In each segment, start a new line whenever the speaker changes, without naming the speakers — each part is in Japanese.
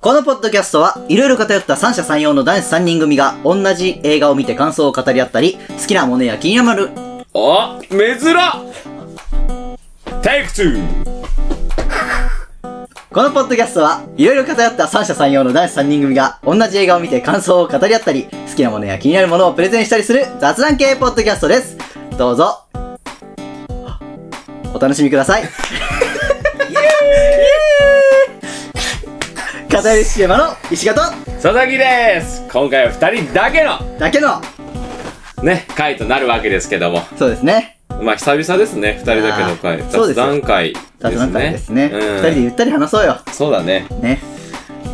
このポッドキャストは、いろいろ偏った三者三様の男子三人組が、同じ映画を見て感想を語り合ったり、好きなものや気になる、
あ珍テイク2
このポッドキャストは、いろいろ偏った三者三様の男子三人組が、同じ映画を見て感想を語り合ったり、好きなものや気になるものをプレゼンしたりする雑談系ポッドキャストです。どうぞ、お楽しみくだ さい。イエーイ偏りシネマの石形
佐々木です今回は2人だけの
だけの、
ね回となるわけですけども
そうですね。
まあ久々ですね2人だけの
あ
回
ーそうで
雑
すよ
談会ですね
雑談会ですね。二、
うん
人でゆったり話そうよ。
そうだね
ね。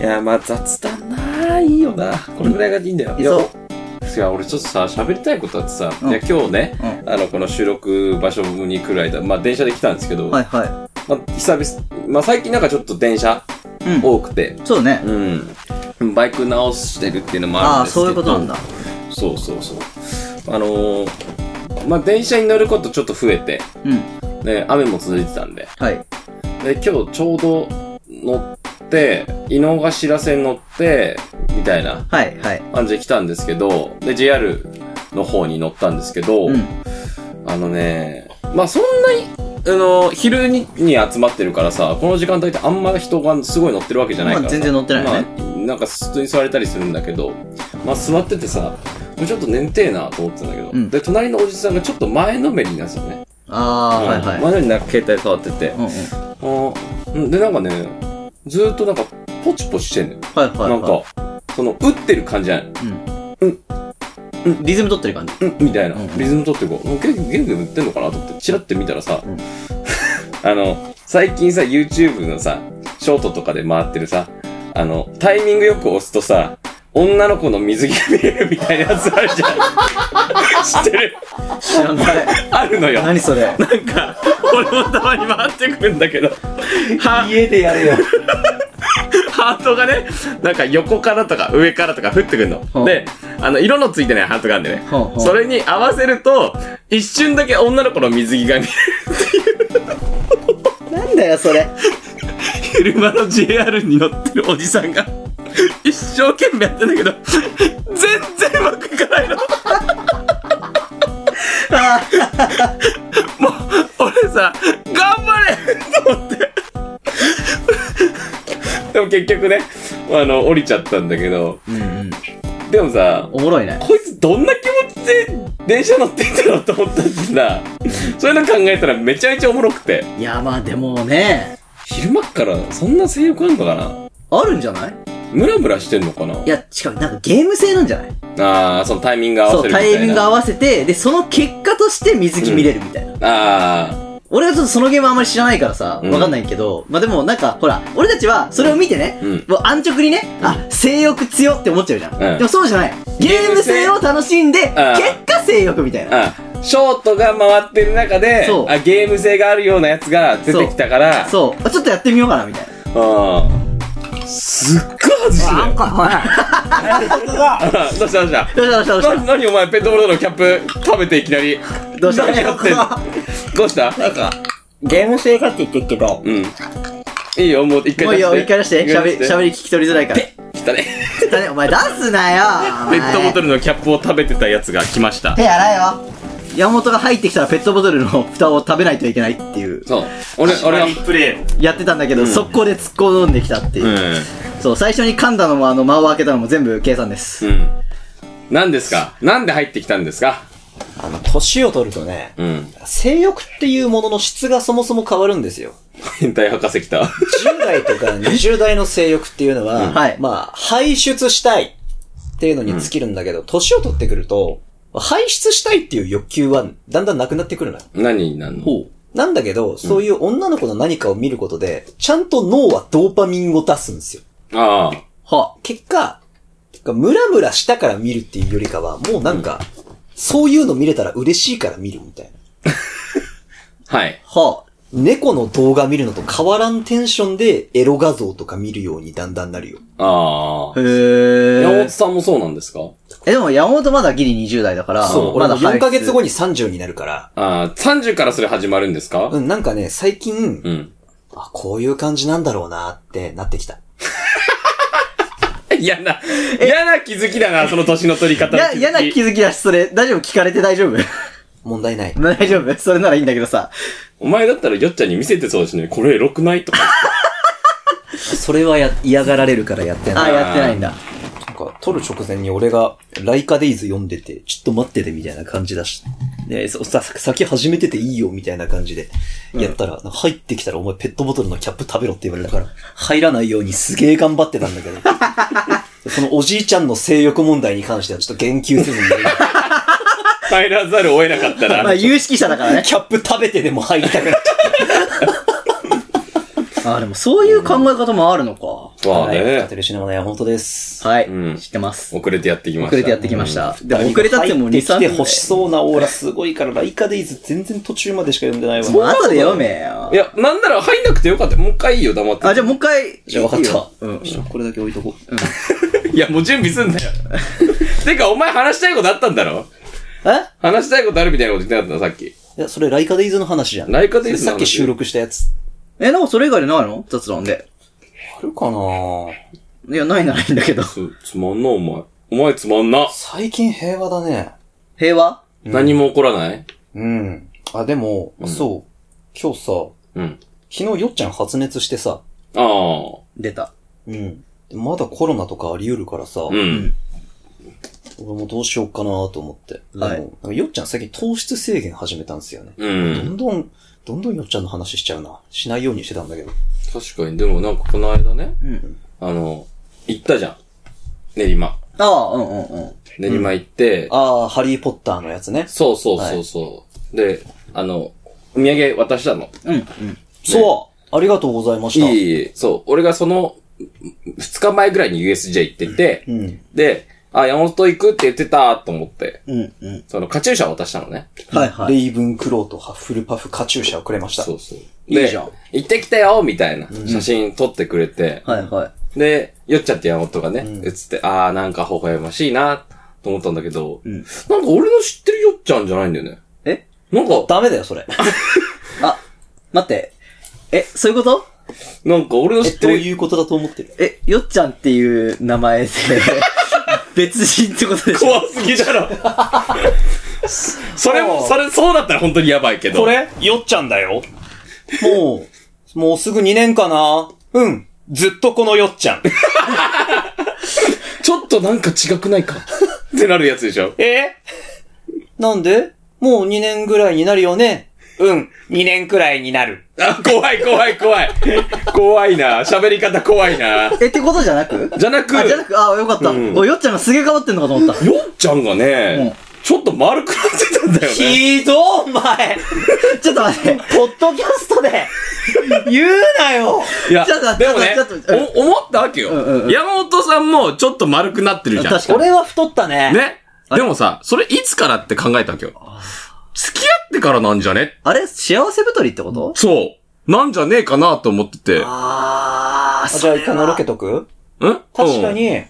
いやまあ雑談なあいいよなこれぐらいがいいんだよいや
そう。
いや俺ちょっとさ喋りたいことあってさ、
うん
いや今日ね、
う
あのこの収録場所に来る間まあ電車で来たんですけど、
はいは
まあ久々まあ最近なんかちょっと電車
い。うん。
多くて
そうね。
うんバイク直してるっていうのもあ
あ
るん
あ、
ですけ
そ
ど
ういうことなんだ。
そうそうそうあのー、まあ電車に乗ることちょっと増えて
うん。
ね雨も続いてたんで
はい。
で今日ちょうど乗って井の頭線乗ってみたいな
はいはい。
感じで来たんですけど、で、JR の方に乗ったんですけど、
うん。
あのね、まあそんなに、あの、昼にに集まってるからさ、この時間帯ってあんま人がすごい乗ってるわけじゃないから
まあ
さ
全然乗ってないよね
まあなんか普通に座れたりするんだけど、まあ座っててさ、もうちょっと眠てえなと思ってたんだけど、
うん
で、隣のおじさんがちょっと前のめりになってたのね。
ああ、はいはい。
前のめりになんか携帯触ってて、
うんうん。
あーうんで、なんかね、ずーっとなんかポチポチしてんのよ。
はいはいはい。
なんか、その、打ってる感じじゃない
うん。リズム取ってる感じ。
うんみたいな
うんうん
リズム取ってこうもうゲームゲームでも売ってんのかなと思ってチラッて見たらさ、
うん
あの最近さ YouTube のさショートとかで回ってるさあのタイミングよく押すとさ女の子の水着が見えるみたいなやつあるじゃ ん知ってる
知らない。
あるのよ
何それ。
なんか俺もたまに回ってくるんだけどは
家でやれ よ。
ハートがね、なんか横からとか上からとか降ってくる
ほ
の。
う
で、あの、色のついてないハートがあるんでね
ほうほ。う
それに合わせると、一瞬だけ女の子の水着が見
なんだよそれ。
える。車の JR に乗ってるおじさんが、一生懸命やってんだけど、全然うまくいかないの。もう、俺さ、頑張れと思って。でも結局ね、あの、降りちゃったんだけど、
うんうん。
でもさ、
おもろいね。
こいつどんな気持ちで電車乗ってんだろうと思ったんだ。そういうの考えたらめちゃめちゃおもろくて。
いやまあでもね、
昼間っからそんな性欲あんのかな
あるんじゃない
ムラムラしてんのかない
や、しかもなんかゲーム性なんじゃない
ああ、そのタイミング合わ
そ
せる
う、
みた
タ
いな。
イミング合わせて、で、その結果として水着見れるみたいな。
あ
俺はちょっとそのゲームあんまり知らないからさ、
うん
わかんないけど、まあでもなんか、ほら、俺たちはそれを見てね、
うん
もう安直にね、あ、性欲強って思っちゃうじゃん。
うん
でもそうじゃない。ゲーム性を楽しんで、結
ああ
果性欲みたい
あ。
な。
ああ。ショートが回ってる中で
そう、
あゲーム性があるようなやつが出てきたから、
そう。あちょっとやってみようかな、みたいな。
うん。すっごい外してる。
なんか、ほら。どうしたどうした
あどうしたどうした
どう
な
し
何お前ペットボトルのキャップ食べていきなり。
たどうした
何やってんのどうしたなんか、
ゲーム性かって言ってるけど、
うん。いいよ、もう一回出して。
もういいよ、一回出して。
一
喋
回
り、喋り聞き取りづらいから。
来たね。
だね、お前出すなよ。
ペットボト
ル。
ルのキャップを食べてたやつが来ました。
手洗えよ。山本が入ってきたらペットボトルの蓋を食べないといけないっていう、
そう。俺、俺は、
プレイを。
やってたんだけど、
ん
速攻で突っ込んできたっていう。
う
そう、最初に噛んだのも、あの、間を開けたのも全部計算です。
ん。うん。何ですかなんで入ってきたんですか
あの、年を取るとね、
うん。
性欲っていうものの質がそもそも変わるんですよ。
変態博士来た。
10代とか 20代の性欲っていうのは、
はい
まあ、排出したいっていうのに尽きるんだけど、年を取ってくると、排出したいっていう欲求はだんだんなくなってくるのよ。
何になんの
ほう。
なんだけど、そういう女の子の何かを見ることで、ちゃんと脳はドーパミンを出すんですよ。
ああ。
は。
結果、ムラムラしたから見るっていうよりかは、もうなんか、そういうの見れたら嬉しいから見るみたいな。
はい。
は。
猫の動画見るのと変わらんテンションでエロ画像とか見るようにだんだんなるよ。
ああ
へ。
山本
ー。
さんもそうなんですか
え、でも山本まだギリ20代だから、
そう、
ま
俺
だ
も4ヶ月
に。
後に30になるから。
ああ、30からそれ始まるんですか
うん、なんかね、最近、
うん。
あ、こういう感じなんだろうなってなってきた。
嫌な、嫌な気づきだな、その年の取り方の
や、
づき
嫌な気づきだし、それ、大丈夫聞かれて大丈夫
問題ない。
大丈夫それならいいんだけどさ。
お前だったらよっちゃんに見せてそうだしね、これエロくないとか。
それはや嫌がられるからやって
あ
な
あ、
い。
やってないんだ。
なんか、撮る直前に俺が、ライカデイズ読んでて、ちょっと待っててみたいな感じだし、ね、そさ、先始めてていいよみたいな感じで、やったら、なんか入ってきたらお前ペットボトルのキャップ食べろって言われたから、入らないようにすげえ頑張ってたんだけ ど、そのおじいちゃんの性欲問題に関してはちょっと言及せずに、
帰らざるを得なかった
まあ、
ら、
有識者だ からね。
キャップ食べてでも入りたくなっちゃっ
ああ、でもそういう考え方もあるのか。
た。
まあ
はい。
ね
カ、テルシネマの山本です。
はい。
うん
知ってます。
遅れてやってきまし
遅
た。
れてやってきました。でも
何
遅
か
れたってもう2、
入って
3
きて
年。
欲しそうなオーラすごいから、ライカデイズ全然途中までしか読んでないわ。
もう後で読めよ
い。や、なんなら入んなくてよかった。もう一回いいよ、黙って。
あ、じゃあもう一回。
じゃあ分かった。
うん。
ちょっとこれだけ置いとこう。
いや、もう準備すん だよ。てか、お前話したいことあったんだろ
え
話したいことあるみたいなこと言ってなかったの、さっき。
いや、それライカデイズの話じゃん。
ライカデイズの話
それさっき収録したやつ。
え、なんかそれ以外でないの雑談で。
あるかない
や、ないならいいんだけど。
つ、つまんな、お前。お前つまんな。
最近平和だね。
平和
何も起こらない
うん。あ、でも、そう。今日さ、
うん。
昨日よっちゃん発熱してさ。
ああ。
出た。
うん。まだコロナとかあり得るからさ、
う
俺
ん。
もどうしようかなと思って。
はい
でもなんかよっちゃん最近糖質制限始めたんですよね。
う
ど
ん。
んどん、どんどんよっちゃんの話しちゃうな。しないようにしてたんだけど。
確かに、でもなんかこの間ね、
うん。
あの、行ったじゃん。練馬。
ああ、うんうんうん。
練馬行って、
あー、ハリーポッターのやつね。
そうそうそうそう。で、あの、お土産渡したの。
うんうん。
そうありがとうございま
い
した。
えいえ、そう。俺がその、2日前ぐらいに USJ 行ってて、
うん。
で、あ、山本行くって言ってたと思って、
うんうん。
その、カチューシャを渡したのね。
はいはい
レ。イブンクローとハッフルパフカチューシャをくれました。
そうそう。
い
で
いじゃん
行ってきたよみたいな写真撮ってくれて、
はいはい。
で、よっちゃんって山本がね、写って、あーなんか微笑ましいな、と思ったんだけど、なんか俺の知ってるよっちゃんじゃないんだよね。
え
なんか、
ダメだよ、それ。
あ、待って。え、そういうこと
なんか俺の
え、
知って
どう
る、
いうことだと思ってる
え、よっちゃんっていう名前で、 別人ってことでしょ
怖すぎだろ。それも、それ、そうだったら本当にやばいけど。
れよっちゃんだよ。もう、もうすぐ2年かなうん。ずっとこのよっちゃん。
ちょっとなんか違くないかってなるやつでしょ。
えなんでもう2年ぐらいになるよねうん。2年くらいになる。
あ、怖い怖い怖い。怖いな。喋り方怖いな。
え、ってことじゃなく
じゃなく、
あ、じゃなく、あ、よかった。
うん
お、よっちゃんがすげえ変わってんのかと思 った。
よっちゃんがね、ちょっと丸くなってたんだよね。
ひどお前
ちょっと待って。
ポッドキャストで言うな よ
いや
ちょっと待
で
って
もね
ちょっと待ってちょっと待っ、
お思ったわけよ
うんうんう。ん
山本さんもちょっと丸くなってるじゃん。
確か
俺は太ったね。
ね。でもさ、それいつからって考えたわけよ。付き合ってからなんじゃね
あれ幸せ太りってこと
そう。なんじゃねえかなと思ってて。ん
あ
あじゃあ一回のろけとく確か。に、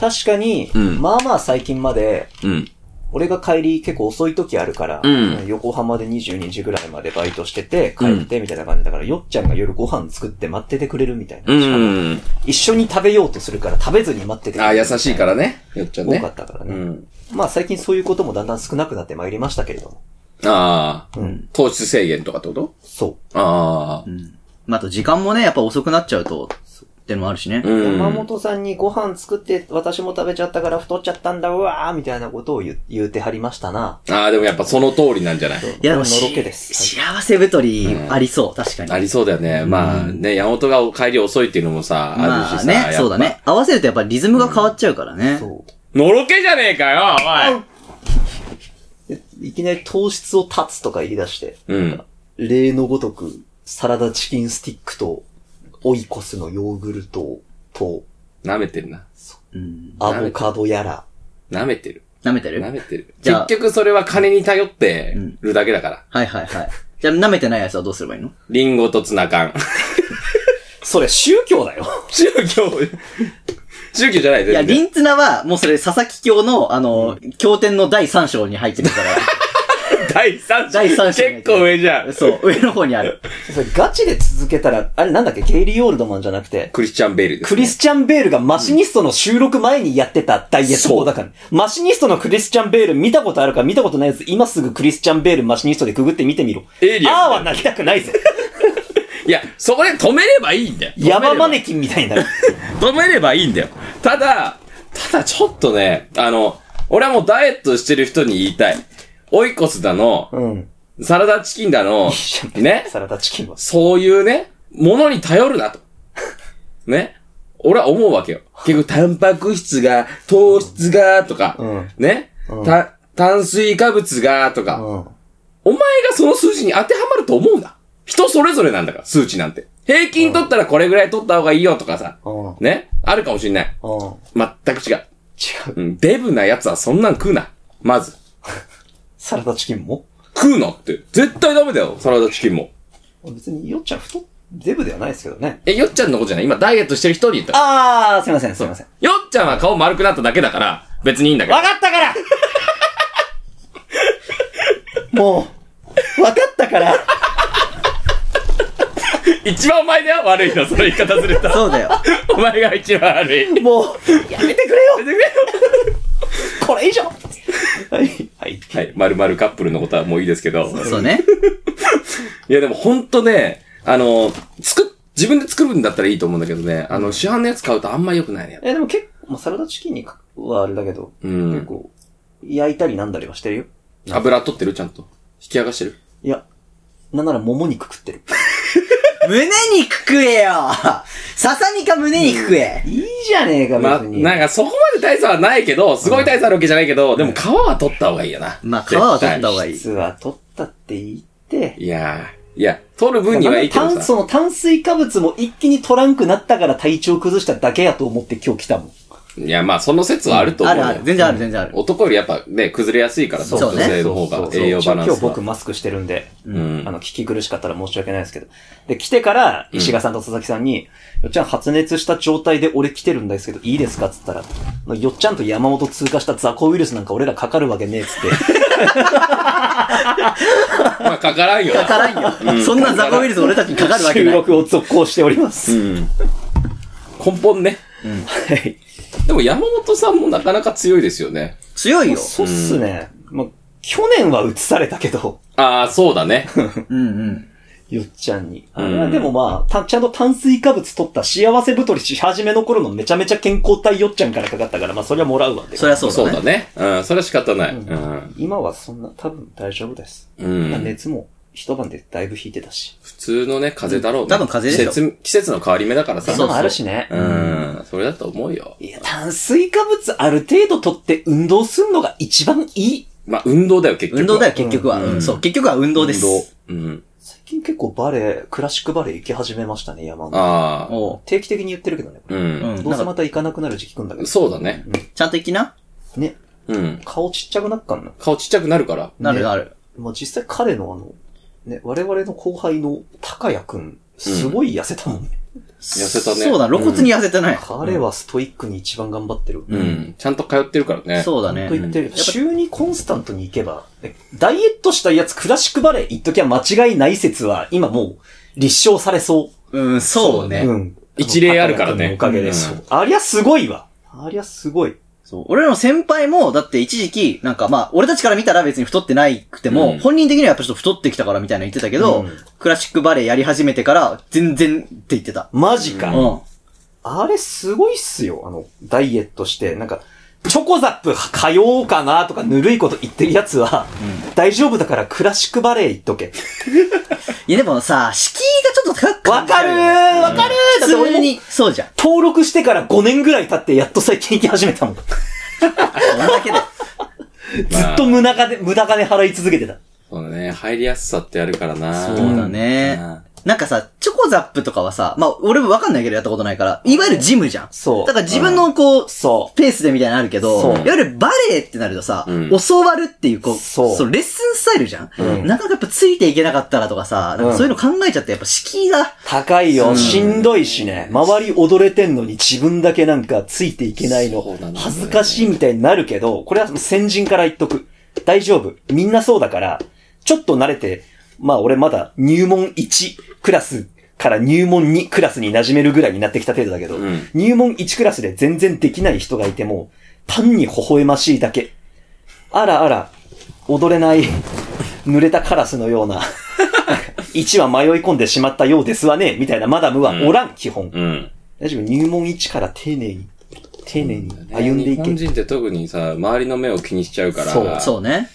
確かに、
うん
まあまあ最近まで、
うん。
俺が帰り結構遅い時あるから、
うん
横浜で22時ぐらいまでバイトしてて、帰ってみたいな感じだから、よっちゃんが夜ご飯作って待っててくれるみたいな。
う
しかも
ん。
一緒に食べようとするから食べずに待っててくれる
あ、優しいからね。よっちゃん
多
ね
か。ったから
う
ね。
ん。
まあ最近そういうこともだんだん少なくなってまいりましたけれども。
ああ、
うん。
糖質制限とかってこと
そ
ああ
う。ん。まあ、あと時間もね、やっぱ遅くなっちゃうと、ってのもあるしね。
う
う。
ん。
山本さんにご飯作って私も食べちゃったから太っちゃったんだ、うわーみたいなことを言う言うてはりましたな。
ああ、でもやっぱその通りなんじゃない
いや、でも
の
し、
ろけです。
幸せ太りありそう、確かに。
ありそうだよね。まあね、山本が帰り遅いっていうのもさ、ある
ま
し
あ
さ。やっ
ね、
ぱ
そうだ。ね。合わせるとやっぱリズムが変わっちゃうからね。
そう。
のろけじゃねえかよ、
いきなり糖質を断つとか言い出して、
おいうん。
例のごとく、サラダチキンスティックと、オイコスのヨーグルトと、
舐めてるな。
うん。
アボカドやら。
舐めてる。
舐めてる
舐めてる。
じゃあ
結局それは金に頼ってるだけだから。
はいはいはい。じゃあ、舐めてないやつはどうすればいいの
リンゴとツナ缶。
それ宗教だよ。
宗教、宗教じゃない
いや、リ
ン、
ンツナは、もうそれ、佐々木教の、あの、経典の第3章に入ってるから。
第三
第三者
結構上じ ゃん。
そう、上の方にある。
それガチで続けたら、あれなんだっけゲイリー・オールドマンじゃなくて、
クリスチャン・ベールです
クリスチャン・ベールがマシニストの収録前にやってたダイエット
そう
法だから、マシニストのクリスチャン・ベール見たことあるか見たことないやつ、今すぐクリスチャン・ベールマシニストでくぐって見てみろ。
エイリアン
ああはなりた くないぜ。
いや、そこで止めればいいんだよ。止めれば
山マネキンみたいになる。
止めればいいんだよ。ただ、ただちょっとね、あの、俺はもうダイエットしてる人に言いたい。オイコスだの、
うん。
サラダチキンだの、ね、
サラダチキンは。
そういうね、ものに頼るなと。ね。俺は思うわけよ。結局、タンパク質が、糖質が、とか、
うん
ね、た、炭水化物が、とか、
うん。
お前がその数字に当てはまると思うんだ。人それぞれなんだから、数値なんて。平均取ったらこれぐらい取った方がいいよとかさ。
うん。
ねあるかもしんない。
うん。
全く違う。
違う。
うん、デブな奴はそんなん食うな。まず。
サラダチキンも
食うなって。絶対ダメだよ、サラダチキンも。
別に、よっちゃん太っ、デブではないですけどね。
え、よっちゃんのことじゃない今ダイエットしてる人に言った。
あー、すいません、すいません。
よっちゃんは顔丸くなっただけだから、別にいいんだけど
わ。かったから もう、わかったから
一番お前だよ、悪いの。その言い方すると。
そうだよ。
お前が一番悪い。
もう、やめてくれよ これ以上はい、はい。
はい、丸々カップルのことはもういいですけど。
そうね。
いやでもほんとね、あの、作っ、自分で作るんだったらいいと思うんだけどね、あの、市販のやつ買うとあんま良くないね。
え、でも結構、まあ、サラダチキンにかはあれだけど、
うん
結構、焼いたりなんだりはしてるよ。
油取ってるちゃんと。引き上がしてる。
いや、なんならもも肉食ってる。
胸肉食えよささみか胸肉食え
いいじゃねえか、
まあ、
別に。
なんかそこまで大差はないけど、すごい大差あるわけじゃないけど、でも皮は取った方がいいよな。
まあ、皮は取った
絶
方がいい。
実は取ったって言って
対、いやー、いや、取る分にはいいけど
炭
さ。
その炭水化物も一気に取らんくなったから体調崩しただけやと思って今日来たもん。
いや、まあ、その説はあると思
あ
うよ。
るある。全然ある、全然ある。
男よりやっぱね、崩れやすいから、
そうね
女性の方
そ
が
うそう
栄養バランス
今
は。
日僕マスクしてるんで、
ん
あの、聞き苦しかったら申し訳ないですけど。で、来てから、石賀さんと佐々木さんに、よっちゃん発熱した状態で俺来てるんですけど、いいですかっつったら、よっちゃんと山本通過した雑魚ウイルスなんか俺らかかるわけねえっつって。
まあ、かからんよな。
かからんよ。そんな雑魚ウイルス俺た ちにかかるわけ
収
ない。
録を続行しております。
うん。根本ね。
はい。
でも山本さんもなかなか強いですよね。
強いよ。
そうっすね。まあ、去年は移されたけど、
ああ、そうだね。
うんうん。
よっちゃんに。あ
うん
れはでもまあ、たちゃんと炭水化物取った幸せ太りし始めの頃のめちゃめちゃ健康体よっちゃんからかかったから、まあそれはもらうわで。
そりゃそう
そう
だ
だ
ね。
ね。うん、それは仕方ない。うん。
今はそんな、多分大丈夫です。
うん
まあ熱も一晩でだいぶ引いてたし。
普通のね、風邪だろうね。
多分風邪でし
季節、季節の変わり目だからさ。
そうそう
もあるしね。
うん、それだと思うよ。
いや、炭水化物ある程度取って運動すんのが一番いい。
まあ、運動だよ、結局。
運動だよ、結局は。うんそう、結局は運動です。
運動。うん。
最近結構バレー、クラシックバレー行き始めましたね、山本。
ああ。
おう
定期的に言ってるけどね。こ
う
れ
ん。
うん
どうせ
なんか
また行かなくなる時期来んだけど。
そうだね。
ちゃんと行きな
ね。
うん。
顔ちっちゃくなっかんな。
顔ちっちゃくなるから。
なるなる。
まあ、実際彼のあの、ね、我々の後輩の高谷くん、すごい痩せたもんね。
痩せたね。
そうだ、露骨に痩せてない。
彼はストイックに一番頑張ってる。
うん。うん。ちゃんと通ってるからね。
そうだね
と。言ってる
う。ん
週にコンスタントに行けば、えダイエットしたやつクラシックバレエ行っときゃ間違いない説は、今もう、立証されそ
うん、そう
う。
ね。
うん。
一例あるからね
高谷くんのおかげで、
うん
そう。ありゃすごいわ。ありゃすごい。
そう。俺らの先輩も、だって一時期、なんかまあ、俺たちから見たら別に太ってないくても、
うん
本人的にはやっぱちょっと太ってきたからみたいなの言ってたけど、
うん
クラシックバレエやり始めてから、全然って言ってた。
マジか。
うん。
あれすごいっすよ。あの、ダイエットして、なんか、チョコザップ通おうかなとかぬるいこと言ってるやつは、大丈夫だからクラシックバレエ行っとけ。
いやでもさ、敷居がちょっと高く
わ
感じち
かる
ゃうよね
ーわかるーだって
普通
俺も
に、そうじゃん。
登録してから5年ぐらい経ってやっと最近行き始めたもん。ず
そんだけで。
っと無駄金、無駄金払い続けてた。
そうだね。入りやすさってあるからな。
そうだね
うん。
なんかさ、チョコザップとかはさ、まあ、俺もわかんないけどやったことないから、いわゆるジムじゃん。
そう
だから自分のこう、
そ
ペースでみたいなのあるけど、い
そう
わゆるバレエってなるとさ、
うん
教わるっていう、こう、
そう
のレッスンスタイルじゃん、
うん
なかなかやっぱついていけなかったらとかさ、なんかそういうの考えちゃって、やっぱ敷居が、
う。高いよ。しんどいしね。周り踊れてんのに自分だけなんかついていけない
そうな
の
んだよ。ね
恥ずかしいみたいになるけど、これは先人から言っとく。大丈夫。みんなそうだから、ちょっと慣れて、まあ俺まだ入門1クラスから入門2クラスに馴染めるぐらいになってきた程度だけど、
うん
入門1クラスで全然できない人がいても、単に微笑ましいだけ。あらあら、踊れない、 濡れたカラスのような、1は迷い込んでしまったようですわね、みたいなマダムはおらん、基本。
うん。
大丈夫、入門1から丁寧に、丁寧に歩んで
日
い
本
け。
人って特にさ、周りの目を気にしちゃうから。
そう
そうね。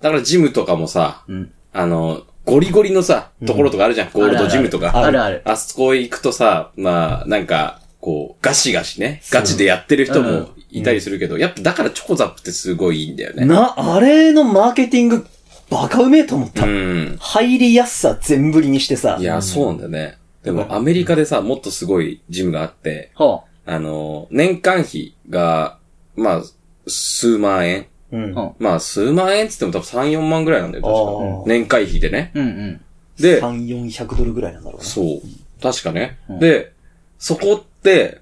だからジムとかもさ、
うん。
あの、ゴリゴリのさ、ところとかあるじゃん。ゴールドジムとか。
あるある。
あそこ行くとさ、まあ、なんか、こう、ガシガシね、ガチでやってる人もいたりするけど、やっぱだからチョコザップってすごいいいんだよね。
な、あれのマーケティング、バカうめえと思っ
う
た。
ん。
入りやすさ全振りにしてさ
い、や、そうなんだよね。でも、アメリカでさ、もっとすごいジムがあって、
ほ
あの、年間費が、まあ、数万円。
うん
う。ほ
まあ、数万円っつっても多分3、4万ぐらいなんだよ、確
あ
か
ー。
年会費でね。
う。うんうん。
で、
3、400ドルぐらいなんだろうな。
そう。確かね。
うん
で、そこって、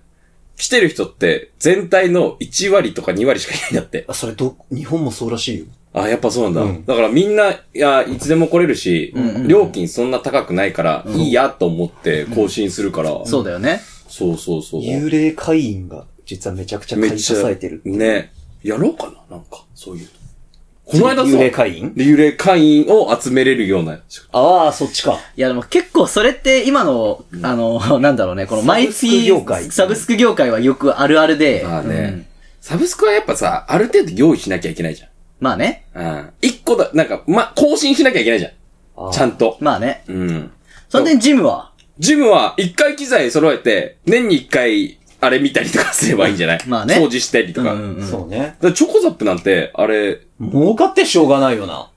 来てる人って全体の1割とか2割しかいないんだって。
あ、それど、日本もそうらしいよ。
あ、やっぱそうなんだ。
うん
だからみんな、いや、いつでも来れるし、
うんうん
料金そんな高くないから、いいやと思って更新するから。
そうだよね。
そうそうそう。
幽霊会員が、実はめちゃくちゃ
めっ
会
ち
支
ゃ
えてる。
ね。やろうかななんか、そういう。この間さ、
幽霊会員
で幽霊会員を集めれるような。
ああ、そっちか。
いやでも結構それって今の、あの、 なんだろうね、この毎月、
サブスク業界
サブスク業界はよくあるあるで、
まあね、サブスクはやっぱさ、ある程度用意しなきゃいけないじゃん。
まあね、
うん。一個だ、なんか、ま、更新しなきゃいけないじゃん。
あー
ちゃんと。
まあね。
うん。
その点ジムは、
ジムは一回機材揃えて、年に一回、あれ見たりとかすればいいんじゃない
まあね
掃除したりと
うん
か。
うんうん。
そうね。
だからチョコザップなんて、あれ、
儲かってしょうがないよな。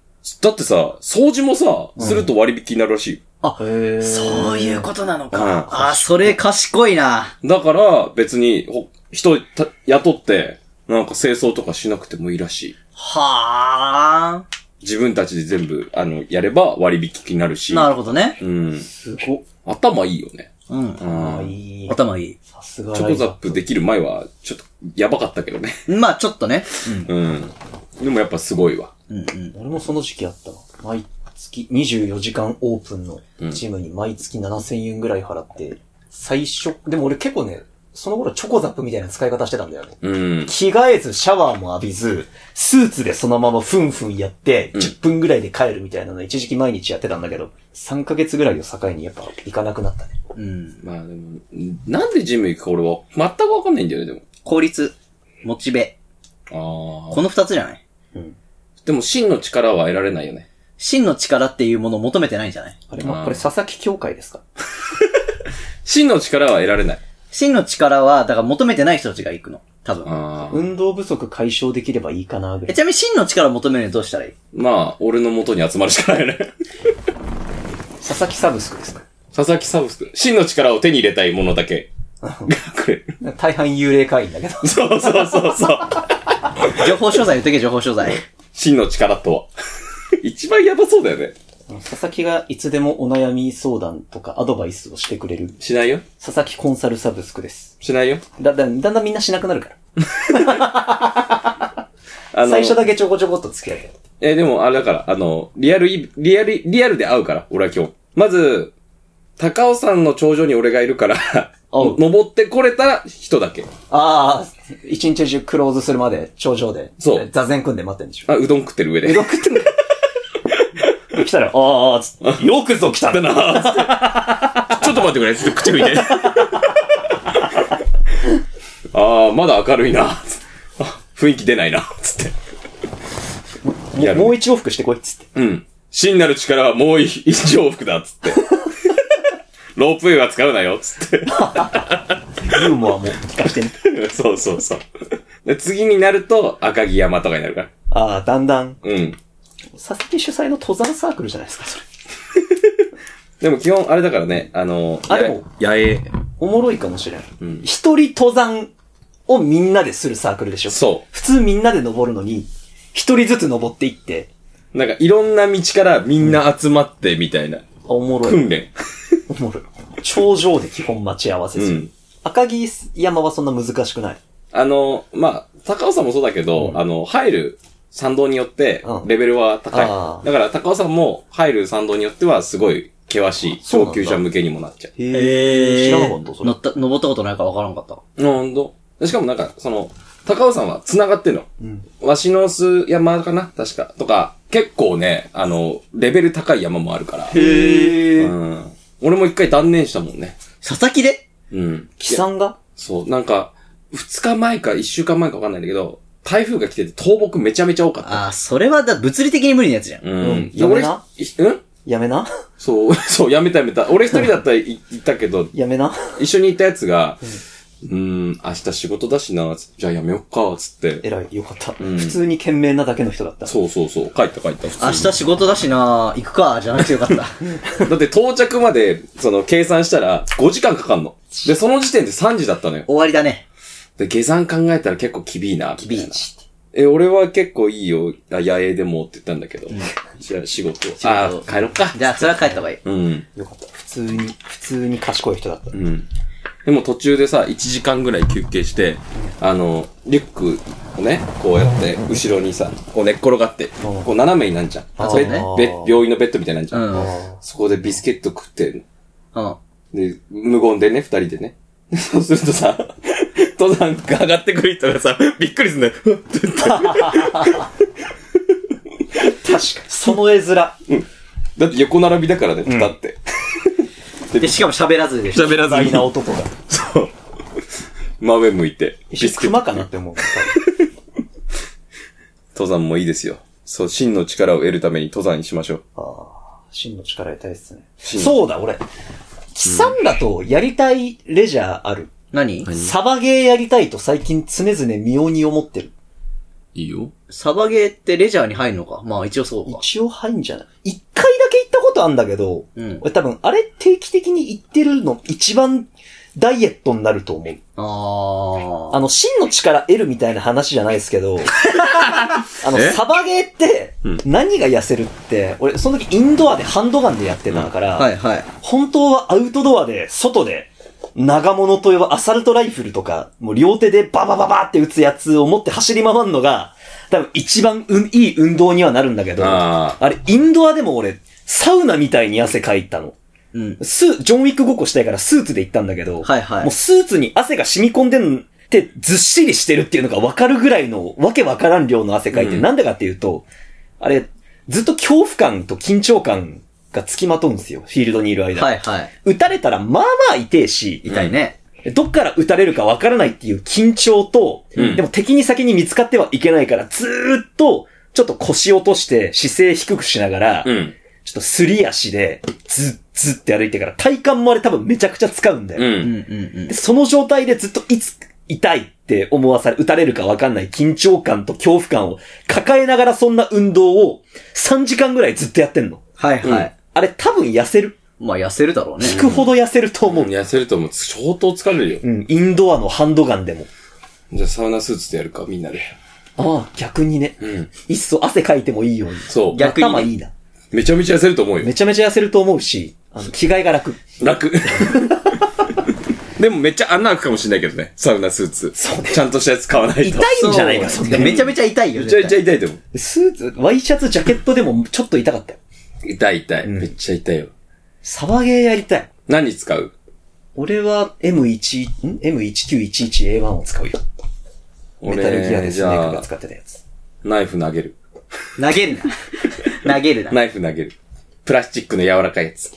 だってさ、掃除もさ、すると割引になるらしいよ。
へえ。
そう
う。
いうことなの
うん
か。あ、それ賢いな。
だから、別に、ほ、人た、雇って、なんか清掃とかしなくてもいいらしい。
はあ。
自分たちで全部、あの、やれば割引になるし。
なるほどね。
うん。
すごっ。
頭いいよね。
うん。
うん
あーいい。
頭いい。
さすが
チョコザップできる前は、ちょっと、やばかったけどね。
まあちょっとね。
うん。でもやっぱすごいわ。
うんうん。
俺もその時期あったな。毎月24時間オープンのジムに毎月7000円ぐらい払って、最初、でも俺結構ね、その頃チョコザップみたいな使い方してたんだよね。
うん。
着替えず、シャワーも浴びず、スーツでそのままふんふんやって、
ん
10分ぐらいで帰るみたいなの一時期毎日やってたんだけど、3ヶ月ぐらいを境にやっぱ行かなくなったね。
うん。
まあでも、なんでジム行くか俺は全くわかんないんだよね、で
効率、モチベ、
も。あ
この二つじゃない
あ。でも真の力は得られないよね。
真の力っていうものを求めてないんじゃない
あれ、
あ
ま
ー
あ、これ佐々木協会ですか
真の力は得られない。
真の力は、だから求めてない人たちが行くの。多分。
ああ。
運動不足解消できればいいかなぐら
え
い
ち。なみに真の力を求めるにどうしたらいい
まあ、俺の元に集まるしかないよね。
佐々木サブスクですか
佐々木サブスク。真の力を手に入れたいものだけ。がくれる。
大半幽霊会員だけど。
そうそうそうそう。
情報商材言っとけ、情報商材。
真の力 とは。一番やばそうだよね。
佐々木がいつでもお悩み相談とかアドバイスをしてくれる
しないよ。
佐々木コンサルサブスクです。
しないよ。
だ、だ、だんだんみんなしなくなるから。
あの、
最初だけちょこちょこっと付き合いが
え、でも、あれだから、あの、リアルイ、リアル、リアルで会うから、俺は今日。まず、高尾山の頂上に俺がいるから、
会う
登ってこれた人だけ。
ああ、一日中クローズするまで頂上で。
そう
座禅組んで待ってんで しょ。
あ、うどん食ってる上
え、
で。
どくってんの来たら、ああああ、つってよくぞ来た
だなー ってちょっと待ってくれ、ちょっと口見て。 ああ、まだ明るいな。 つってあ雰囲気出ないな。つって。や
も
る
うもう一往復してこいっつって。
うん。真なる力はもう一一往復だ。つ って。ロープウェイは使うなよ。つって。
ユーモアも聞かしてね。
そうそうそう。で次になると、赤城山とかになるから。
ああ、だんだん。
うん。
佐々木主催の登山サークルじゃないですか、それ。
でも基本、あれだからね、あの、
あでも
や野営。
おもろいかもしれん。一人登山をみんなでするサークルでしょ。
そ
普通みんなで登るのに、一人ずつ登っていって、
う。なんかいろんな道からみんな集まってみたいな。
あおもろい。
訓練。
おもろい。頂上で基本待ち合わせする。
うん
赤城山はそんな難しくない。
あの、まあ、高尾山もそうだけど、あの、入る賛同によって
う、ん
レベルは高い。
あー
だから、高尾さんも入る賛同によっては、すごい険しい、
そうなん
上
だ
級者向けにもなっちゃう。
へ知らなかった、それ
乗。った、登ったことないからわからんかった。
なんだ。しかもなんか、その、高尾さんは繋がってんの。
うん。
わしの巣山かな確か。とか、結構ね、あの、レベル高い山もあるから。
へ
う
え。
ん。俺も一回断念したもんね。
佐々木で
うん。
貴さんが
そう、なんか、二日前か一週間前かわかんないんだけど、台風が来てて倒木めちゃめちゃ多かった。
ああ、それはだ、物理的に無理なやつじゃん。
う
うん
ん。で俺、
やめな
ひうん
やめな
そう、 そう、やめたやめた。俺一人だったらい行ったけど、
やめな
一緒に行ったやつが、うーん、明日仕事だしな、つじゃあやめよっか、つって。
えらい、よかった。
うん
普通に賢明なだけの人だった。
そうそうそう、帰った帰った。
明
普通
日仕事だしな行くか、じゃなくてよかった。
にだって到着まで、その、計算したら、5時間かかんの。で、その時点で3時だったのよ。
終わりだね。
で、下山考えたら結構きびいな、みたいな。
チ。
え、俺は結構いいよ、あ野営でもって言ったんだけど。じゃあ仕事。
事
あー帰ろっか。
じゃあ、それは帰った方がいい。
うん。
よかった。普通に、普通に賢い人だった。
うん。でも途中でさ、1時間ぐらい休憩して、あの、リュックをね、こうやって、後ろにさ、こう寝っ転がって、
ん
こう斜めになんじゃん。
あ
ベ
そう
ベ
ね
病院のベッドみたいになんじゃ。
うんん。うん。
あ
そこでビスケット食って、で、無言でね、二人でね。 そうするとさ、 登山が上がってくる人がさ、びっくりするんだよ。 ふっって言って
ー確かに。その絵面。
だって横並びだからね、立って。
で、しかも喋らずでしょ。
喋らず
ダイ
に
な音とか。
そう。真上向いて。
一
ビス
瞬
ケッ
熊
ト
かなって思う。
登山もいいですよ。そう、真の力を得るために登山しましょう。
ああ、真の力得たいっすね。
真
そうだ、俺。貴さんだとやりたいレジャーある。
何
サバゲーやりたいと最近常々妙に思ってる。
いいよ。
サバゲーってレジャーに入るのかまあ一応そうか。
一応入んじゃない一回だけ行ったことあんだけど、
うん。
俺多分、あれ定期的に行ってるの一番ダイエットになると思う。
あ
あ
あ。
の、真の力得るみたいな話じゃないですけど、 あの、
え
サバゲーって
うん、
何が痩せるって、俺、その時インドアでハンドガンでやってたから、
はいはい。
本当はアウトドアで、外で、長物といえばアサルトライフルとか、もう両手でババババって打つやつを持って走り回るのが、多分一番うんいい運動にはなるんだけど、
あ
あれ、インドアでも俺、サウナみたいに汗かいたの。
うん。
スー、ジョンウィックごっこしたいからスーツで行ったんだけど、
はいはい
もうスーツに汗が染み込んでんってずっしりしてるっていうのがわかるぐらいのわけわからん量の汗かいて、
うん
なんでかっていうと、あれ、ずっと恐怖感と緊張感がつきまとうんですよ、フィールドにいる間。
はいはい。
撃たれたらまあまあ痛えし、
痛いね。
どっから撃たれるかわからないっていう緊張と、
うん
でも敵に先に見つかってはいけないから、ずーっと、ちょっと腰落として姿勢低くしながら、
ー。うん。
ちょっとすり足で、ずっずって歩いてから、体幹もあれ多分めちゃくちゃ使うんだよ。
う
うんうん
ん。
うん
で。その状態でずっといつ痛いって思わされ、打たれるかわかんない緊張感と恐怖感を抱えながらそんな運動を3時間ぐらいずっとやってんの。
はいはい。
あれ多分痩せる。
まあ痩せるだろうね。
引くほど痩せると思
も
う
う。痩せるともう相当疲れるよ。
うん、インドアのハンドガンでも。
じゃあサウナスーツでやるか、みんなで。
ああ、逆にね。
うん。
いっそ汗かいてもいいように。
そう。
逆に
頭いいな。
めちゃめちゃ痩せると思うよ
め。ちゃめちゃ痩せると思うし、あの、着替えが楽。
楽。 でもめっちゃ穴開くかもしれないけどね。サウナスーツ。そうちゃんとしたやつ買わない
痛
と。
いんじゃないか、
そ
そ
うん
な
めちゃめちゃ痛いよ。
めちゃめちゃ
ゃ。
痛いと思う。
スーツ、ワイシャツ、ジャケットでもちょっと痛かったよ。
痛い痛い。
うん
めっちゃ痛いよ。
サバゲーやりたい。
何使う
俺は M1、ん ?M1911A1 を使うよ。メタルギアでス
じ
ネーク
ゃ
が
あ、
使ってたやつ。
ナイフ投げる。
投げるな。投げるな。
ナイフ投げる。プラスチックの柔らかいやつ。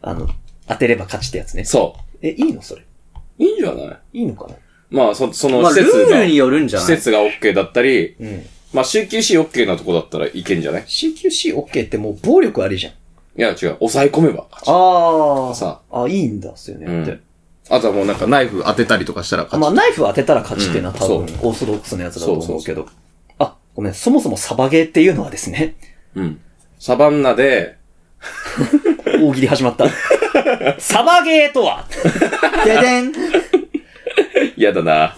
あの、当てれば勝ちってやつね。
そ
え、いいのそれ。
う。いいんじゃない
いいのかな
まあ、そその
まあ
施
ル
設が、
ールによるんじゃ
施
ない
設が OK だったり、
うん。
まあ CQCOK なとこだったらいけんじゃない
CQC OK ってもう暴力ありじゃん。
いや違う、抑え込めば勝ち。
ああ。
さ
あ、いいんだっすよね。
うん
って
あとはもうなんかナイフ当てたりとかしたら勝ち。
まあ、ナイフ当てたら勝ちっていうのは多分、
うん
オーソドックスなやつだと
そう
思
そううそ
けど。あ、ごめん、そもそもサバゲーっていうのはですね、
うん。サバンナで、
大喜利始まった。サバゲーとは
ででん。
嫌だな。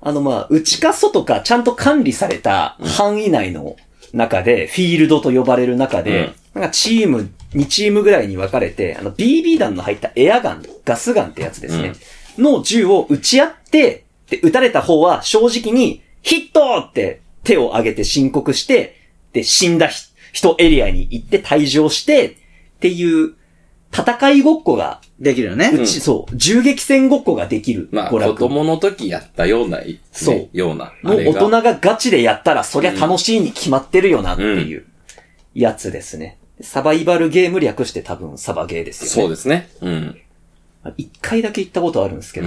あのまあ、内か外かちゃんと管理された範囲内の中で、フィールドと呼ばれる中で、なんかチーム、2チームぐらいに分かれて、あの BB 弾の入ったエアガン、ガスガンってやつですね。の銃を撃ち合って、で、撃たれた方は正直に、ヒットって手を挙げて申告して、で、死んだひ人エリアに行って退場して、っていう、戦いごっこが、
できるよ
う
ね。
ち、そう、銃撃戦ごっこができる
まあ、
娯
子
楽。
供の時やったような、ね
そう
ような。
もう大人
が。
がガチでやったらそりゃ楽しいに決まってるよなっていうやつですね。サバイバルゲーム略して多分サバゲーですよね。
そうですね。うん。
一回だけ行ったことあるんですけ
う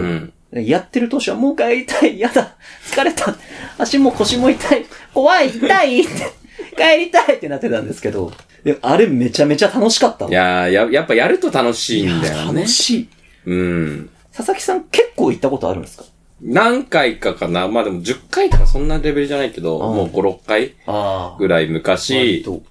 ど、
ん。
やってる年はもう一回痛い、やだ、疲れた、足も腰も痛い、怖い、痛いって、帰りたいってなってたんですけど、でもあれめちゃめちゃ楽しかったわ
いやーや、やっぱやると楽しいんだ
いや
よね
楽。しい。
うん。
佐々木さん結構行ったことあるんですか
何回かかな。まあでも10回とかそんなレベルじゃないけど、
うん
もう5、6回
あ
ぐらい昔、
と。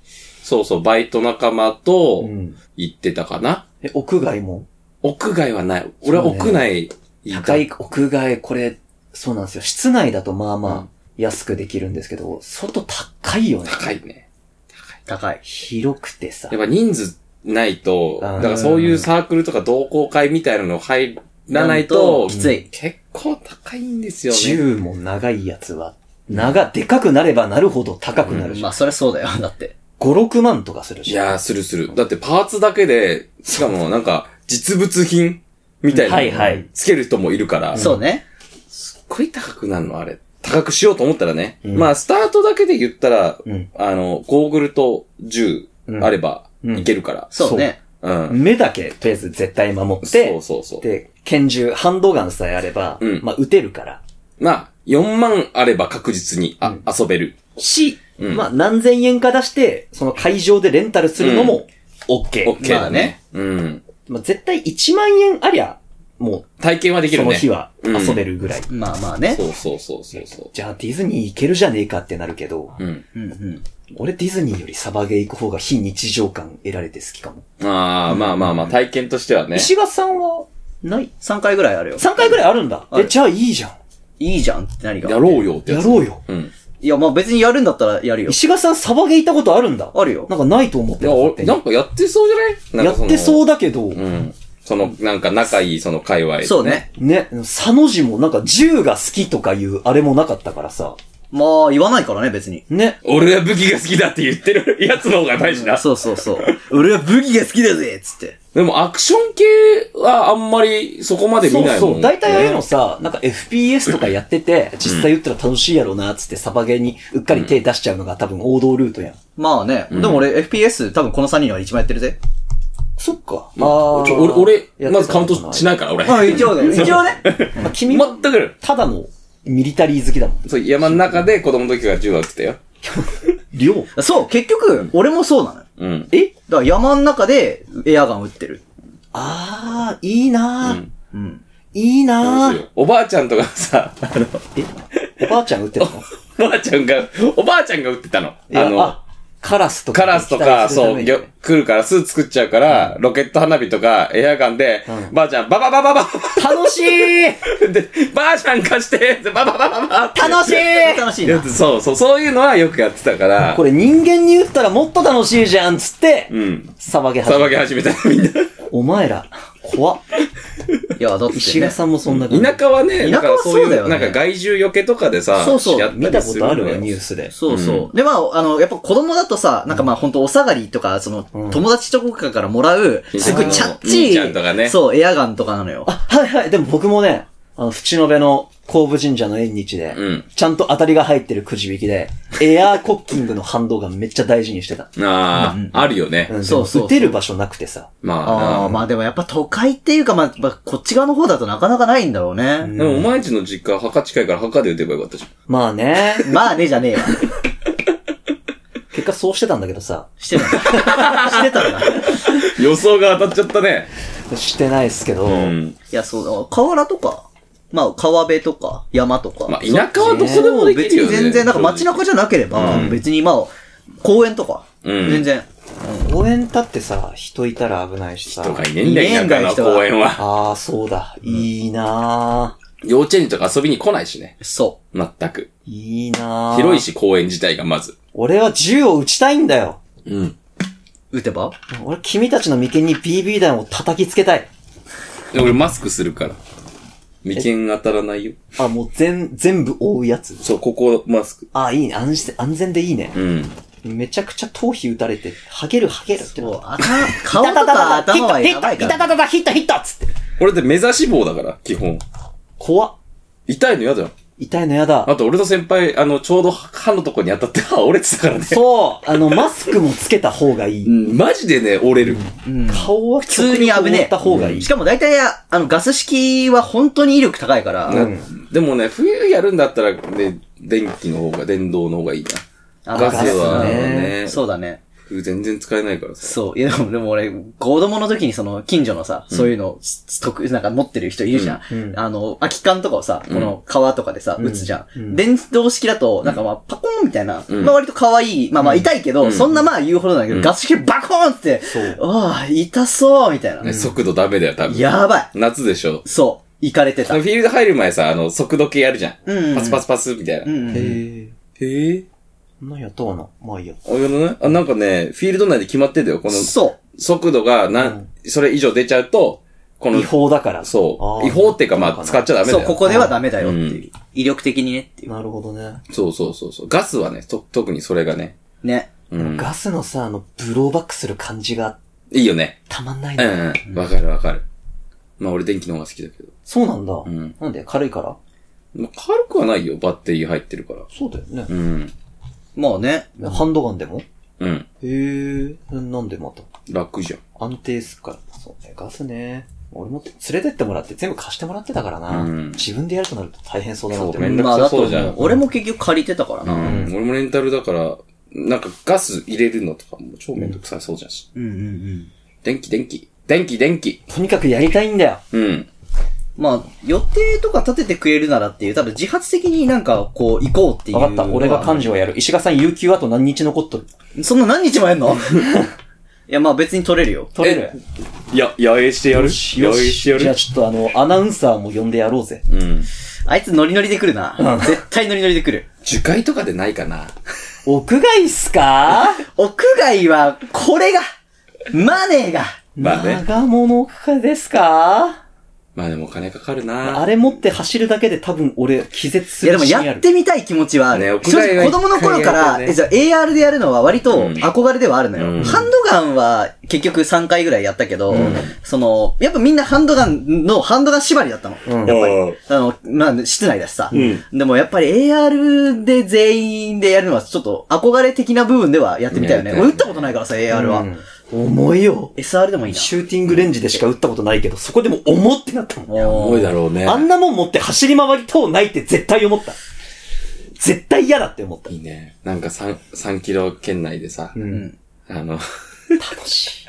そうそう、バイト仲間
う
と
ん。
行ってたかな。
え、屋外も
屋外はない。俺は
そうね
屋内行った
高い屋外、これ、そうなんですよ。室内だとまあまあ安くできるんですけど、外高いよね。
高いね。
高い。
広くてさ
や。っぱ人数ないと、
あー
だからそういうサークルとか同好会みたいなの入らない
な
と、
んときつい
結構高いんですよね。
銃も長いやつは、長、でかくなればなるほど高くなるし。
まあ、そりゃそうだよ。だって。
5、6万とかするし。
いやー、するする。だってパーツだけで、しかもなんか、実物品みたいな。
はいはい
つける人もいるから。
そうね。
すっごい高くなるの、あれ。高くしようと思ったらね。
うん
まあ、スタートだけで言ったら、
うん。
あの、ゴーグルと銃
うん
あれば、
うん
いけるから。
そうね。
うん。
目だけ、とりあえず絶対守っ
そう
て、
そうそう。
で、拳銃、ハンドガンさえあれば、
うん
まあ、撃てるから。
まあ、4万あれば確実に、あ、遊べる。
し、
うん
まあ、何千円か出して、その会場でレンタルするのも、OK。
オッケーだね。うん。
まあ、絶対1万円ありゃ、も
体験はで
う、
き
そ
る
の
ね。
日は遊べるぐらい。
まあまあね。
そうそうそうそうそ
じゃあディズニー行けるじゃねえかってなるけど、
う。うん。
うんうん。
俺ディズニーよりサバゲー行く方が非日常感得られて好きかも。
まあ、まあまあまあ、体験としてはね。
石川さんは、ない
3回ぐらいあるよ。
?3 回ぐらいあるんだ。
あ
え、
る
じゃあいいじゃん。
いいじゃんって何が。
やろうよって
や
やつ。
ろうよ。
うん。
いや、まあ別にやるんだったらやるよ。
石川さんサバゲー行ったことあるんだ。
あるよ。
なんかないと思っ
い
て
や、
勝
お
手
なん
に
かやってそうじゃない
やって
う。
そうだけど、
うん。その、なんか仲いい、その界隈。
そう。ね。
ね、佐の字もなんか銃が好きとかいうあれもなかったからさ。
まあ、言わないからね、別に。
ね。
俺は武器が好きだって言ってる やつの方が大事な。
そうそうそう。 俺は武器が好きだぜっつって。
でもアクション系はあんまりそこまで見ないもん、ね。
そうそう。大体ああいうのさ、なんか FPS とかやってて、実際打ったら楽しいやろうな、つってサバゲーにうっかり手出しちゃうのが多分王道ルートやん。
まあね。でも俺 FPS 多分この3人は一番やってるぜ。
そっか。
うんちょ俺、俺、まずカウントし
な
な
い。
いから、俺。
あ、一応ね。 一応ね。
まあ君も、
全く。
ただのミリタリー好きだもん。
そう、山の中で子供の時から銃は撃ってたよ。
量
そう、結局、俺もそうなのよ。
うん。
え
だから山の中でエアガン撃ってる。
ああ、いいな
う
ー
ん
うん。
いいなー
おばあちゃんとかさ、 あの、
え、おばあちゃん撃ってたの
おば あちゃんが、おばあちゃんが撃ってたの。あ
いや
の、
カラスとか。
カラスとか、そう、ぎょ来るからすぐ作っちゃうから、ロケット花火とか、エアガンで、
うん
ばあちゃん、ばばばばば
楽しい
で、ばあちゃん貸して、でばばばばばって
楽し い
楽しい
や
な。
つそうそう、そういうのはよくやってたから、
これ人間に撃ったらもっと楽しいじゃん、つって、
うん。
サバゲー始
さ
め
ばき始めたみんな。
お前ら、 怖っ。
いや、だってね。
石賀さんもそんな感じ。
田舎はね、
田舎はそうだよね
なんかなんか害獣よけとかでさ、
そうそう
やった
見た
り
こ
する
と
の
あ
よ
るわ、ニュースで。
そうそう。で、まあ、あの、やっぱ子供だとさ、なんかまあ、ほんとお下がりとか、その、
うん
友達とかからもらう、すごいチャッチ
兄
ー。
ちゃんとかね
そう、エアガンとかなのよ
あ。、はいはい。でも僕もね、あの、淵野辺の後部神社の縁日で、
うん
ちゃんと当たりが入ってるくじ引きで、エアーコッキングの反動がめっちゃ大事にしてた。
ああ、あるよね。
ん
そうそうそう
打てる場所なくてさ。
まあ、
ああ、まあでもやっぱ都会っていうか、まあ、まあ、こっち側の方だとなかなかないんだろうね。
でもお前んちの実家、墓近いから墓で打てばよかったじ
まあね。
まあね、じゃねえ わ。
結果そうしてたんだけどさ。
してたんだ。してたんだ。い
ゃん。予想が当たっちゃったね。
してないっすけど。
うん。
や、そう、河原とか、まあ、川辺とか、山とか。
まあ、田舎はどこでもできるよね。
別に全然、なんか街中じゃなければ、
うん
別にまあ、公園とか、
うん
全然。
応援立ってさ、人いたら危ないしさ。
とかいねえんだよ、田舎の公園は。
ああ、そうだ。いいなぁ。
幼稚園とか遊びに来ないしね。
そ
全く。
いいなぁ。
広い。し、公園自体がまず。
俺は銃を撃ちたいんだよ。
うん。
う。打てば
俺、君たちの眉間に BB 弾を叩きつけたい。
俺マスクするから。眉間当たらないよ。
あ、もう全、全部覆うやつ。
そう、ここマスク。
あ、いいね。安心、安全でいいね。
うん。
めちゃくちゃ頭皮打たれて、ハゲるハゲるって。
もう、頭、顔とか頭はやばい
ヒット、ヒット、ヒット、ヒ
か
ッ
ら。
ト、ヒット、ヒット、ヒットっつって。
俺って目指し棒だから、基本。
怖っ。
痛いの嫌じゃん。
痛いのやだ。
あと俺と先輩、あの、ちょうど歯のとこに当たって 歯折れてたからね。
そう、 あの、マスクもつけた方がいい。
うん、マジでね、折れる。
うん
顔は普
普通に危ねえ。
た方がいい
し。かも大体、あの、ガス式は本当に威力高いから、
なでもね、冬やるんだったら、ね、電気の方が、電動の方がいいな。
あ
ガスは
ガス
ね
ね、
そうだね。
冬全然使えないからさ。
そう。いや、でも、でも俺、子供の時にその、近所のさ、そういうのを、す得、なんか持ってる人いるじゃん。
うんうん
あの、空き缶とかをさ、この皮とかでさ、
ん
打つじゃん。
うん
電動式だと、なんかまあ、パコーンみたいな、
うん
まあ割と可愛い、まあまあ痛いけど、
うん
そんなまあ言うほどなんだけど、
うん
ガス式バコーンって、
そう
ああ、痛そう、みたいな。
ね速度ダメだよ、多分。
やばい。
夏でしょ。
そう。行かれて
フ
た。
ィールド入る前さ、あの、速度計やるじゃん。
うん
パツパツパツみたいな。
う
へ
んうん。
へえ。
え。
なんやったわな。まあいいや。
あ、やらないあ、なんかね、フィールド内で決まってたよ。この、
そう。
速度が、な
うん
ん、それ以上出ちゃうと、この
違、法だから。
そ
あ
う。
ー
違法っていうか、まあ、使っちゃダメだ
そ
よ。
う、ここではダメだよっていう。威力的にねっていう。
なるほどね。
そうそうそうそう。ガスはね、と、特にそれがね。
ね。
うん。
ガスのさ、あの、ブローバックする感じが
いいよね。
たまんない
うん
ね。
うん。わかるわかる。まあ、俺電気の方が好きだけど。
そうなんだ。
ん
なんで軽いから
まあ、軽くはないよ。バッテリー入ってるから。
そうだよね
う。ん。
もうね。
ハンドガンでも
うん。
へえ。なんでまた
楽じゃん。
安定するから。そうね、ガスね。俺も連れてってもらって全部貸してもらってたからな。
うん
自分でやるとなると大変そうだなって
そうめん
う。
どくさそうじゃん
まあだと思う俺も結局借りてたから
う
な。
ん。俺もレンタルだから、なんかガス入れるのとかも超めんどくさそうじゃんし。
うんうんうん。
電気電気。電気電気。
とにかくやりたいんだよ。
うん。
まあ、予定とか立ててくれるならっていう、多分自発的になんか、こう、行こうっていう。
わかった。俺が幹事をやる。石川さん、有給あと何日残っとる
そんな何日もやん のいや、まあ別に取れるよ。
取れる
いや、野営してやる。野営してや
じゃあ
る。
ちょっとあの、アナウンサーも呼んでやろうぜ。
うん。
あいつノリノリで来るな。絶対ノリノリで来る。
樹海とかでないかな。
屋外っすか
屋外は、これが、マネーが、
まあね
長物屋外ですか
まあでもお金かかるな
あれ持って走るだけで多分俺、気絶す
いや
る
でも
自信ある。
やってみたい気持ちはある。
ね屋
正
外
直
は
子供の頃か
一回やり
ら、
たいね
えじゃあ AR でやるのは割と
うん
憧れではあるのよ。
うん
ハンドガンは結局3回ぐらいやったけど、その、やっぱみんなハンドガンの、ハンドガン縛りだったの。
う
や
ん
っぱり
あ。
あの、まあ、室内だしさ。
ん
でもやっぱり AR で全員でやるのはちょっと憧れ的な部分ではやってみたいよね。
ね
俺打ったことないからさ、AR は。
うん重いよ。
SR でもいいな。
シューティングレンジでしか打ったことないけど、そこでも重ってなったもん。
重いだろうね。
あんなもん持って走り回りとうないって絶対思った。絶対嫌だって思った。
いいね。なんか3、3キロ圏内でさ、
うん。
あの、
楽し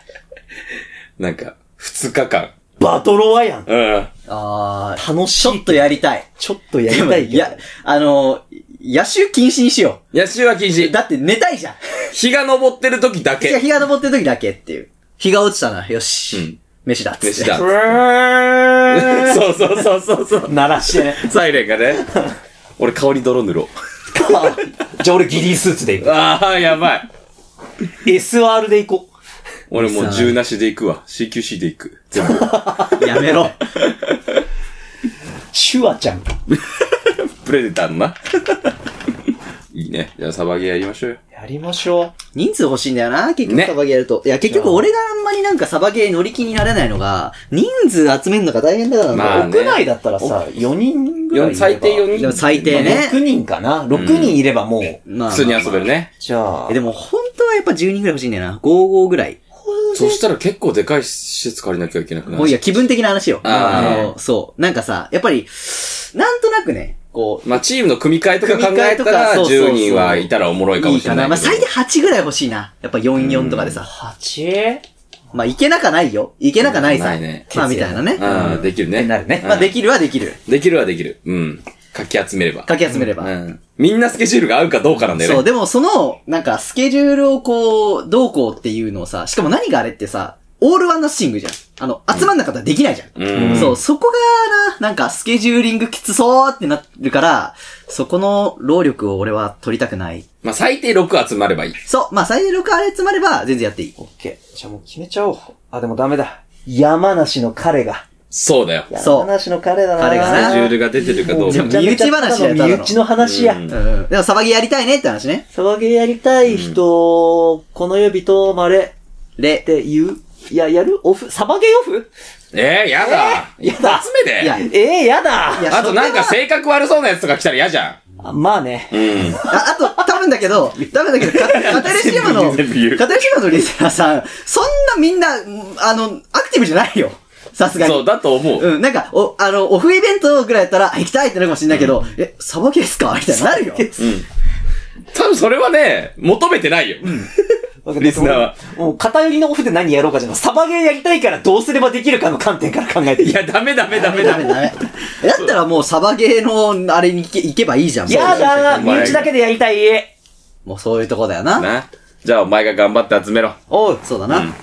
い。
なんか、2日間。
バトロワやん。
うん。
あー、
楽しい。
ちょっと、やりたい。
ちょっとやり
でも、
たい
い
けど
や、あの、野手禁止にしよ
野手は禁
う。
止。
だって寝たいじゃん。
日が昇ってる時だ
じゃあ
け。
日が昇ってる時だけっていう。日が落ちたな、よし。
うん
飯だっつって。
飯だ
プ
そうそうそうそうそう。
ー鳴らしてね。
サイレン がね。俺、顔に泥塗ろ
じゃあ俺ギリースーツで行
う。ああ、やばい。
く。SR で行こう。
俺もう銃なしで行くわ。CQC で行く。全部。
やめろ。
シュワちゃん。
プレデターのな。 いいね。じゃあ、サバゲーやりましょうよ。
やりましょ
人数欲しいんだよな、結局
ね
サバゲーやると。いや、結局俺があんまりなんかサバゲー乗り気になれないのが、人数集めるのが大変だからな。
う。
まあね
屋内だったらさ、4人ぐらいい
よ
れば。
最低4
でも
人。
最低ね。
6人かな ?6 人いればもう。
まあまあまあ
普通に遊べるね。
じゃあ。
えでも本当はやっぱ10人ぐらい欲しいんだよな。55ぐらい。
そしたら結構でかい施設借りなきゃいけなくな
もういや、
る。
気分的な話よ。
あー
の、そう。なんかさ、やっぱり、なんとなくね、こう、
まあ、チームの組み替えとか考えた、
組み替えとからそうそうそう
10人はいたらおもろいか
い
も
い
しれ
か
な
な。
い
まあ
けど。
最低8ぐらい欲しいな。やっぱ44とかでさ。
8?
まあいけなかないよ。いけなかないさ。
ないね
まあみたいなね。
ああ、できるね。
なるね
まあできるはできる。
できるはできる。うん。かき集めれば。
かき集めれば。
うん。みんなスケジュールが合うかどうかなんだよね。
そう、でもその、なんか、スケジュールをこう、どうこうっていうのをさ、しかも何があれってさ、オールワンナッシングじゃん。あの、集まんなかったらできないじゃん。
うん
そう、そこがな、なんか、スケジューリングきつそうってなるから、そこの労力を俺は取りたくない。
まあ、最低6集まればいい。
そう、まあ、最大力あれ集まれば、全然やっていい。
オッケー。じゃあもう決めちゃおう。あ、でもダメだ。山梨の彼が、
そうだよ。
や
そう
話の彼だな
彼が
スケ
な
ジュールが出てるかどう
じゃ
か
あ。
身内話や。身内の話や
う
う。
んん。でも、サバゲーやりたいねって話ね。
サバゲーやりたい人、この指とまれっ
で、
て言う。いや、やるオフサバゲーオフ
えー、やだ。
えーや
一
だ
発目で
いや
ええやだ
いや
あとなんか性格悪そうなやつとか来たら嫌じゃ
あまあね
ん。。うん。
あ、あと、多分だけ ど、多分だけど、カカタルシマの、カタ
全部言う
ルシマのリスナーさん、そんなみんな、うんあの、アクティブじゃないよ。さすがに。
そう、だと思う。
うん、なんか、お、あの、オフイベントぐらいやったら、あ行きたいってなるかもしれないけど、え、サバゲーっすかみたいになるよ。
多分それはね、求めてないよ。リスナーは
もう偏りのオフで何やろうかじゃなくてサバゲーやりたいからどうすればできるかの観点から考えてい
いや、ダメダメダメ
ダ
ダ
メ
メ。
ダメ。えだったらもうサバゲーの、あれに行け行けばいいじゃん。
やだー
そうだよ
身内だけでやりたい
もうそういうとこだよな。
な。じゃあお前が頑張って集めろ。
おう
そうだ
う
な。
ん。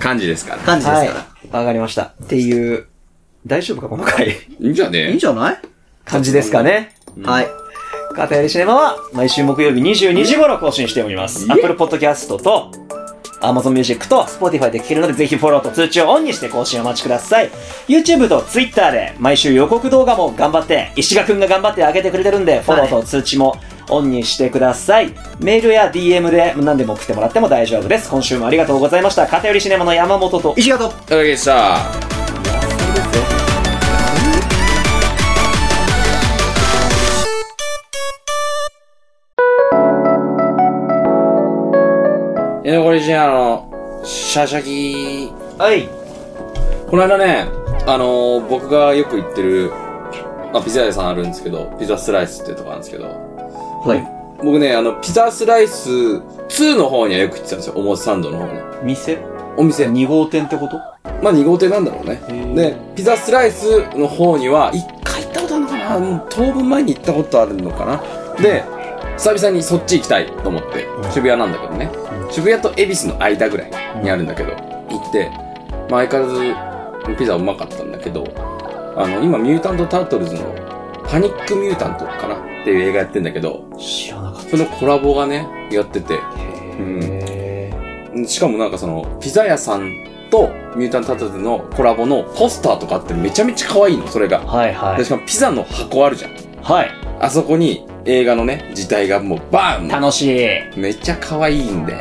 感じですから。
感じです
はい
から。。
わかりました。っていう、大丈夫かこの回。
いいんじゃね
いいんじゃない、
感じですかね。
はい。
片やりシネマは毎週木曜日22時頃更新しております。Apple Podcast と Amazon Music と Spotify で聴けるのでぜひフォローと通知をオンにして更新をお待ちください。YouTube と Twitter で毎週予告動画も頑張って、石賀くんが頑張って上げてくれてるんで、フォローと通知もオンにしてください。メールや DM で何でも送ってもらっても大丈夫です。今週もありがとうございました。片寄りシネマの山本と
石川と、
おかげでした。いや、これじゃあ、あの、シャシャキー。
はい。
この間ね、あのー僕がよく行ってる、まあ、ピザ屋さんあるんですけど、ピザスライスっていうとこなんですけど、
はい。
僕ね、あの、ピザスライス2の方にはよく行ってたんですよ。おもちサンドの方に。
店
お店。
?2 号店ってこと
まあ、2号店なんだろうね。で、ピザスライスの方には、一回行ったことあるのかなもう当分前に行ったことあるのかなで、久々にそっち行きたいと思って、渋谷なんだけどね。渋谷と恵比寿の間ぐらいにあるんだけど、行って、まあ、相変わらず、ピザうまかったんだけど、あの、今、ミュータント・タートルズの、パニック・ミュータントかなっていう映画やってんだけど、
知らなかっ
そのコラボがね、やってて、
た。へー。
しかもなんかその、ピザ屋さんとミュータント・タートルズのコラボのポスターとかってめちゃめちゃ可愛いの、それが。
はいは
でしかもピザの箱あるじゃん。
い。はい。
あそこに映画のね、自体がもうバーン
楽しい。
めっちゃ可愛いんで、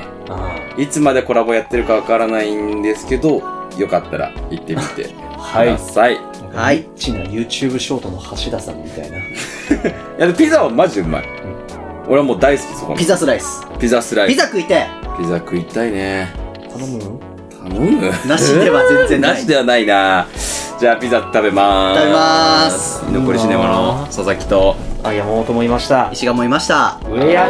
いつまでコラボやってるかわからないんですけど、よかったら行ってみてく
は
だ
い。
さい。い、
はい
リッチな YouTube ショートの橋田さんみたいな。
やでピザはマジうまい。俺はもう大好きそこの
ピザスライス。
ピザスライ
ピ
ス。
ザ食いて、
ピザ食いたいね。
頼む
頼む
なしでは全然ない
なしではないなじゃあピザ食べまーす
食べまーす
居残りシネマの佐々木と
あ、山本もいました。
石川もいました。
上や